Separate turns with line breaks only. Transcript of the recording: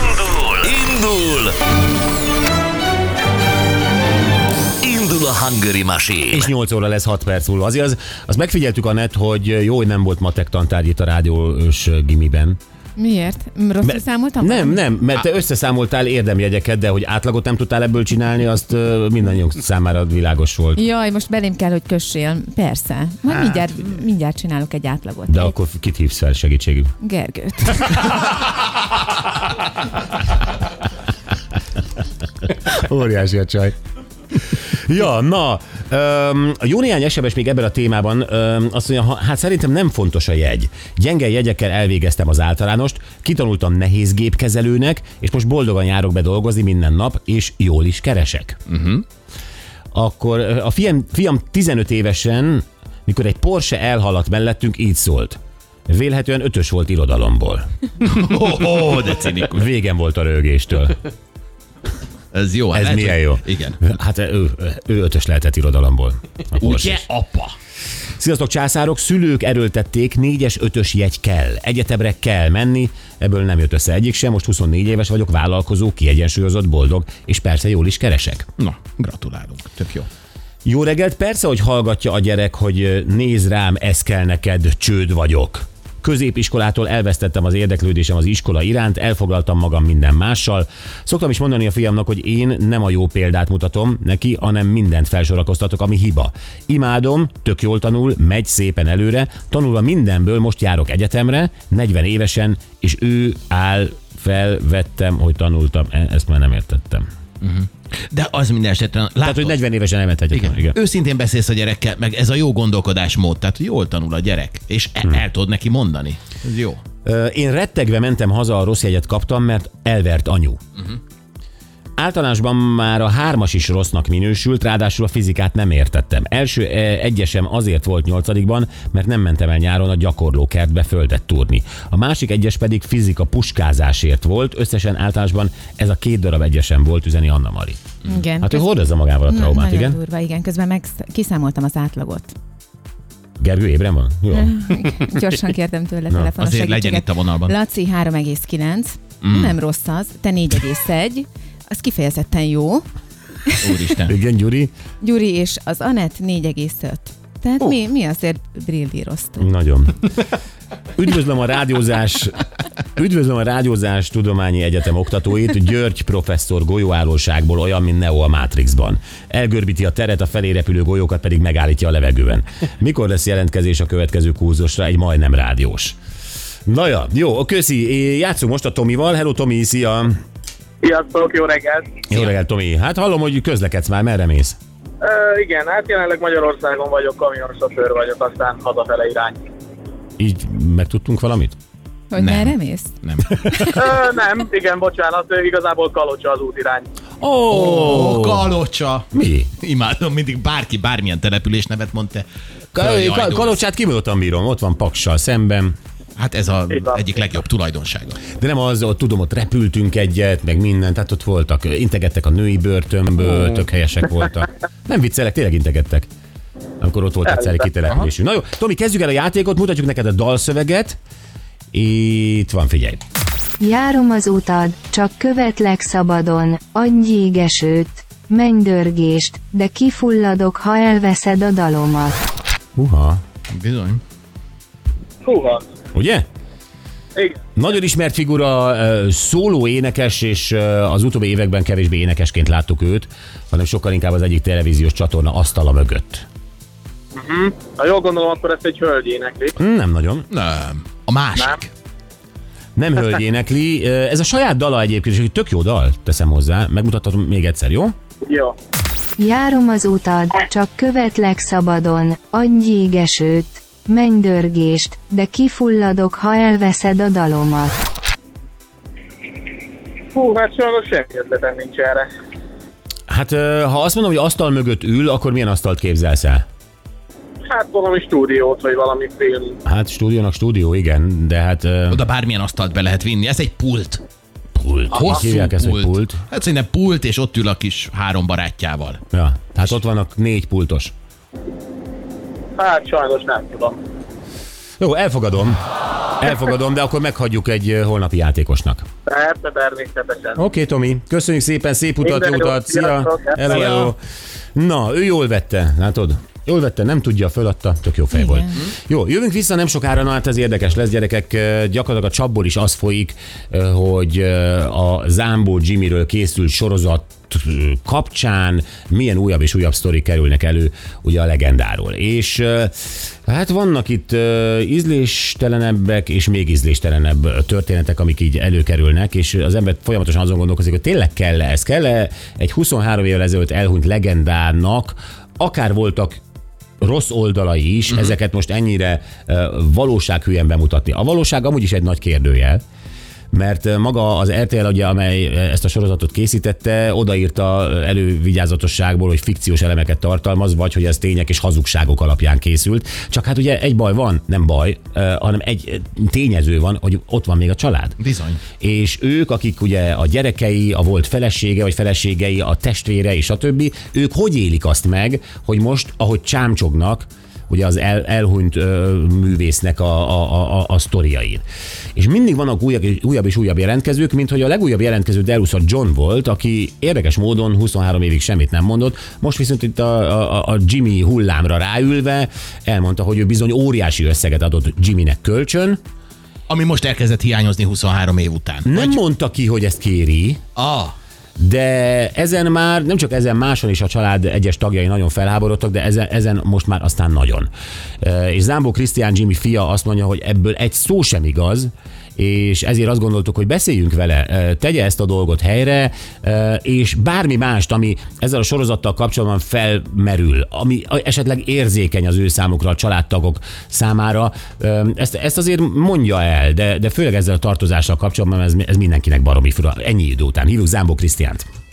Indul! Indul! Indul a Hungary Machine!
És 8 óra lesz 6 perc múlva. Azért az, azt megfigyeltük a net, hogy jó, hogy nem volt matek tantárgy itt a rádiós gimiben.
Miért? Rosszul
Mert-
számoltam?
Nem, nem, mert te összeszámoltál érdemjegyeket, de hogy átlagot nem tudtál ebből csinálni, azt ö, mindannyiunk számára világos volt.
Jaj, most belém kell, hogy kössél. Persze. Majd mindjárt, mindjárt csinálok egy átlagot.
De akkor kit hívsz fel segítségül?
Gergőt.
Óriási a csaj. Ja, na, öm, a jó néhány SMS még ebben a témában öm, azt mondja, ha- hát szerintem nem fontos a jegy. Gyenge jegyekkel elvégeztem az általánost, kitanultam nehéz gépkezelőnek, és most boldogan járok be dolgozni minden nap, és jól is keresek. Uh-huh. Akkor ö, a fiam, fiam 15 évesen, mikor egy Porsche elhaladt mellettünk, így szólt. Vélhetően ötös volt irodalomból.
Ó, oh, de cinikus.
Végem volt a rögéstől.
Ez jó. hát
Ez
lehet,
milyen
hogy-
jó.
Igen.
Hát ő, ő ötös lehetett irodalomból. A Porsche
Ugye,
is.
apa?
Sziasztok, császárok, szülők erőltették, négyes, ötös jegy kell. Egyetemre kell menni, ebből nem jött össze egyik sem, most 24 éves vagyok, vállalkozó, kiegyensúlyozott, boldog, és persze jól is keresek.
Na, gratulálunk. Tök jó.
Jó reggelt, persze, hogy hallgatja a gyerek, hogy ö, néz rám, ez kell neked, csőd vagyok. Középiskolától elvesztettem az érdeklődésem az iskola iránt, elfoglaltam magam minden mással. Szoktam is mondani a fiamnak, hogy én nem a jó példát mutatom neki, hanem mindent felsorakoztatok, ami hiba. Imádom, tök jól tanul, megy szépen előre, tanulva mindenből most járok egyetemre, 40 évesen, és ő áll fel, vettem, hogy tanultam. E- Ezt már nem értettem.
De az minden esetre látod.
Tehát, hogy 40 évesen elment egyetemre.
igen.
Igen.
igen. Őszintén beszélsz a gyerekkel, meg ez a jó gondolkodásmód, tehát hogy jól tanul a gyerek, és e- el tudod neki mondani. Ez jó.
Ö, Én rettegve mentem haza, a rossz jegyet kaptam, mert elvert anyu. Uh-huh. Általánosban már a hármas is rossznak minősült, ráadásul a fizikát nem értettem. Első eh, egyesem azért volt nyolcadikban, mert nem mentem el nyáron a gyakorlókertbe földet túrni. A másik egyes pedig fizika puskázásért volt, összesen általánosban ez a két darab egyesem volt, üzeni Anna Mari.
Igen.
Hát ő hordozza magával a
Na-
traumát,
nagyon
igen?
durva, igen. Közben meg kiszámoltam az átlagot.
Gergő ébren van? Jó.
Gyorsan kértem tőle Na, telefonos
azért legyen
segítséget.
itt a vonalban.
Laci 3,9. Mm. Nem rossz az. Te 4,1. Az kifejezetten jó.
Úristen.
Igen, Gyuri?
Gyuri és az Anett 4,5. Tehát oh. mi, mi azért brillíroztunk.
Nagyon. Üdvözlöm a rádiózás, üdvözlöm a rádiózás tudományi egyetem oktatóit, György professzor golyóállóságból olyan, mint Neo a Matrixban. Elgörbíti a teret, a felé repülő golyókat pedig megállítja a levegőben. Mikor lesz jelentkezés a következő kurzusra? Egy majdnem rádiós. Na ja, jó, köszi, É, játszunk most a Tomival. Hello Tomi, szia!
Sziasztok, jó reggelt!
Jó reggelt, Tomi. Hát hallom, hogy közlekedsz már, merre mész?
Ö, igen, hát jelenleg Magyarországon vagyok, kamionsofőr vagyok, aztán hazafele irány.
Így megtudtunk valamit?
Hogy
Nem.
merre mész?
Nem.
Ö, nem, igen, bocsánat, ö, igazából kalocsa az út irány.
Ó,
Ó, kalocsa.
Mi?
Imádom, mindig bárki bármilyen település nevet mond, te.
Ka-
följajdulsz.
ka- kalocsát kimondottan bírom, ott van Paksal szemben.
Hát ez a
Így van.
egyik legjobb tulajdonsága.
De nem az, ott tudom, ott repültünk egyet, meg mindent, tehát ott voltak, integettek a női börtönből, tök helyesek voltak. Nem viccelek, tényleg integettek. Amikor ott volt egyszerű kitelepülésünk. Na jó, Tomi, kezdjük el a játékot, mutatjuk neked a dalszöveget. Itt van, figyelj.
Járom az utad, csak követlek szabadon, adj égesőt, menj dörgést, de kifulladok, ha elveszed a dalomat.
Uha.
Bizony.
Húha,
Ugye?
igen.
Nagyon ismert figura, ö, szóló énekes, és ö, az utóbbi években kevésbé énekesként láttuk őt, hanem sokkal inkább az egyik televíziós csatorna asztala mögött.
Ha jól gondolom, akkor ezt egy hölgy énekli.
Nem nagyon.
Nem. A másik.
Nem.
Nem hölgy énekli. Ez a saját dala egyébként, és egy tök jó dal, teszem hozzá. Megmutathatom még egyszer, jó?
Jó.
Járom az utad, csak követlek szabadon, adj égesőt, menj dörgést, de kifulladok, ha elveszed a dalomat.
Hú, hát sajnos semmi ötletem nincs erre.
Hát ö, ha azt mondom, hogy asztal mögött ül, akkor milyen asztalt képzelsz el?
Hát valami stúdiót, vagy valami film.
Hát stúdiónak stúdió, igen, de hát... ö,
Oda bármilyen asztalt be lehet vinni. Ez egy pult.
Pult. Hosszú hívják ezt, hogy pult?
Hát szerintem pult, és ott ül a kis három barátjával.
Ja, hát ott vannak négy pultos.
Hát sajnos nem tudom.
Jó, elfogadom. Elfogadom, de akkor meghagyjuk egy ö, holnapi játékosnak.
Persze, természetesen.
Oké, okay, Tomi, köszönjük szépen, szép utat, jó
Minden jót,
utat, szia!
sziasztok. hát
Hello, hello. Na, ő jól vette, látod? Jól vette, nem tudja, föladta, tök jó fej
Igen.
volt. Jó, jövünk vissza nem sokára, na hát ez érdekes lesz, gyerekek. Ö, Gyakorlatilag a csapból is az folyik, ö, hogy ö, a Zámbó Jimmyről készült sorozat ö, kapcsán milyen újabb és újabb sztori kerülnek elő ugye a legendáról. És ö, hát vannak itt ö, ízléstelenebbek és még ízléstelenebb történetek, amik így előkerülnek, és az ember folyamatosan azon gondolkozik, hogy tényleg kell-e ez, kell-e egy 23 évvel ezelőtt elhunyt legendának, akár voltak rossz oldalai is, uh-huh. ezeket most ennyire uh, valósághűen bemutatni. A valóság amúgy is egy nagy kérdőjel, mert ö, maga az RTL, ugye, amely ö, ezt a sorozatot készítette, odaírta ö, elővigyázatosságból, hogy fikciós elemeket tartalmaz, vagy hogy ez tények és hazugságok alapján készült. Csak hát ugye egy baj van, nem baj, ö, hanem egy ö, tényező van, hogy ott van még a család
Bizony.
és ők, akik ugye a gyerekei, a volt felesége, vagy feleségei, a testvére és a többi, ők hogy élik azt meg, hogy most, ahogy csámcsognak, ugye az el, elhunyt ö, művésznek a, a, a, a, a sztoriain. És mindig vannak újabb, újabb és újabb jelentkezők, mint hogy a legújabb jelentkező Delus a John volt, aki érdekes módon 23 évig semmit nem mondott, most viszont itt a, a, a Jimmy hullámra ráülve elmondta, hogy ő bizony óriási összeget adott Jimmynek kölcsön,
Ami most elkezdett hiányozni 23 év után.
nem mondta ki, hogy ezt kéri,
Ah,
de ezen már, nem csak ezen máson is a család egyes tagjai nagyon felháborodtak, de ezen, ezen most már aztán nagyon. E, És Zámbó Krisztián Jimmy fia azt mondja, hogy ebből egy szó sem igaz, és ezért azt gondoltuk, hogy beszéljünk vele, e, tegye ezt a dolgot helyre, e, és bármi mást, ami ezzel a sorozattal kapcsolatban felmerül, ami esetleg érzékeny az ő számukra, a családtagok számára, e, ezt, ezt azért mondja el, de, de főleg ezzel a tartozással kapcsolatban ez, ez mindenkinek baromi fura. Ennyi idő után. Hívjuk Zámbó Krisztiánt.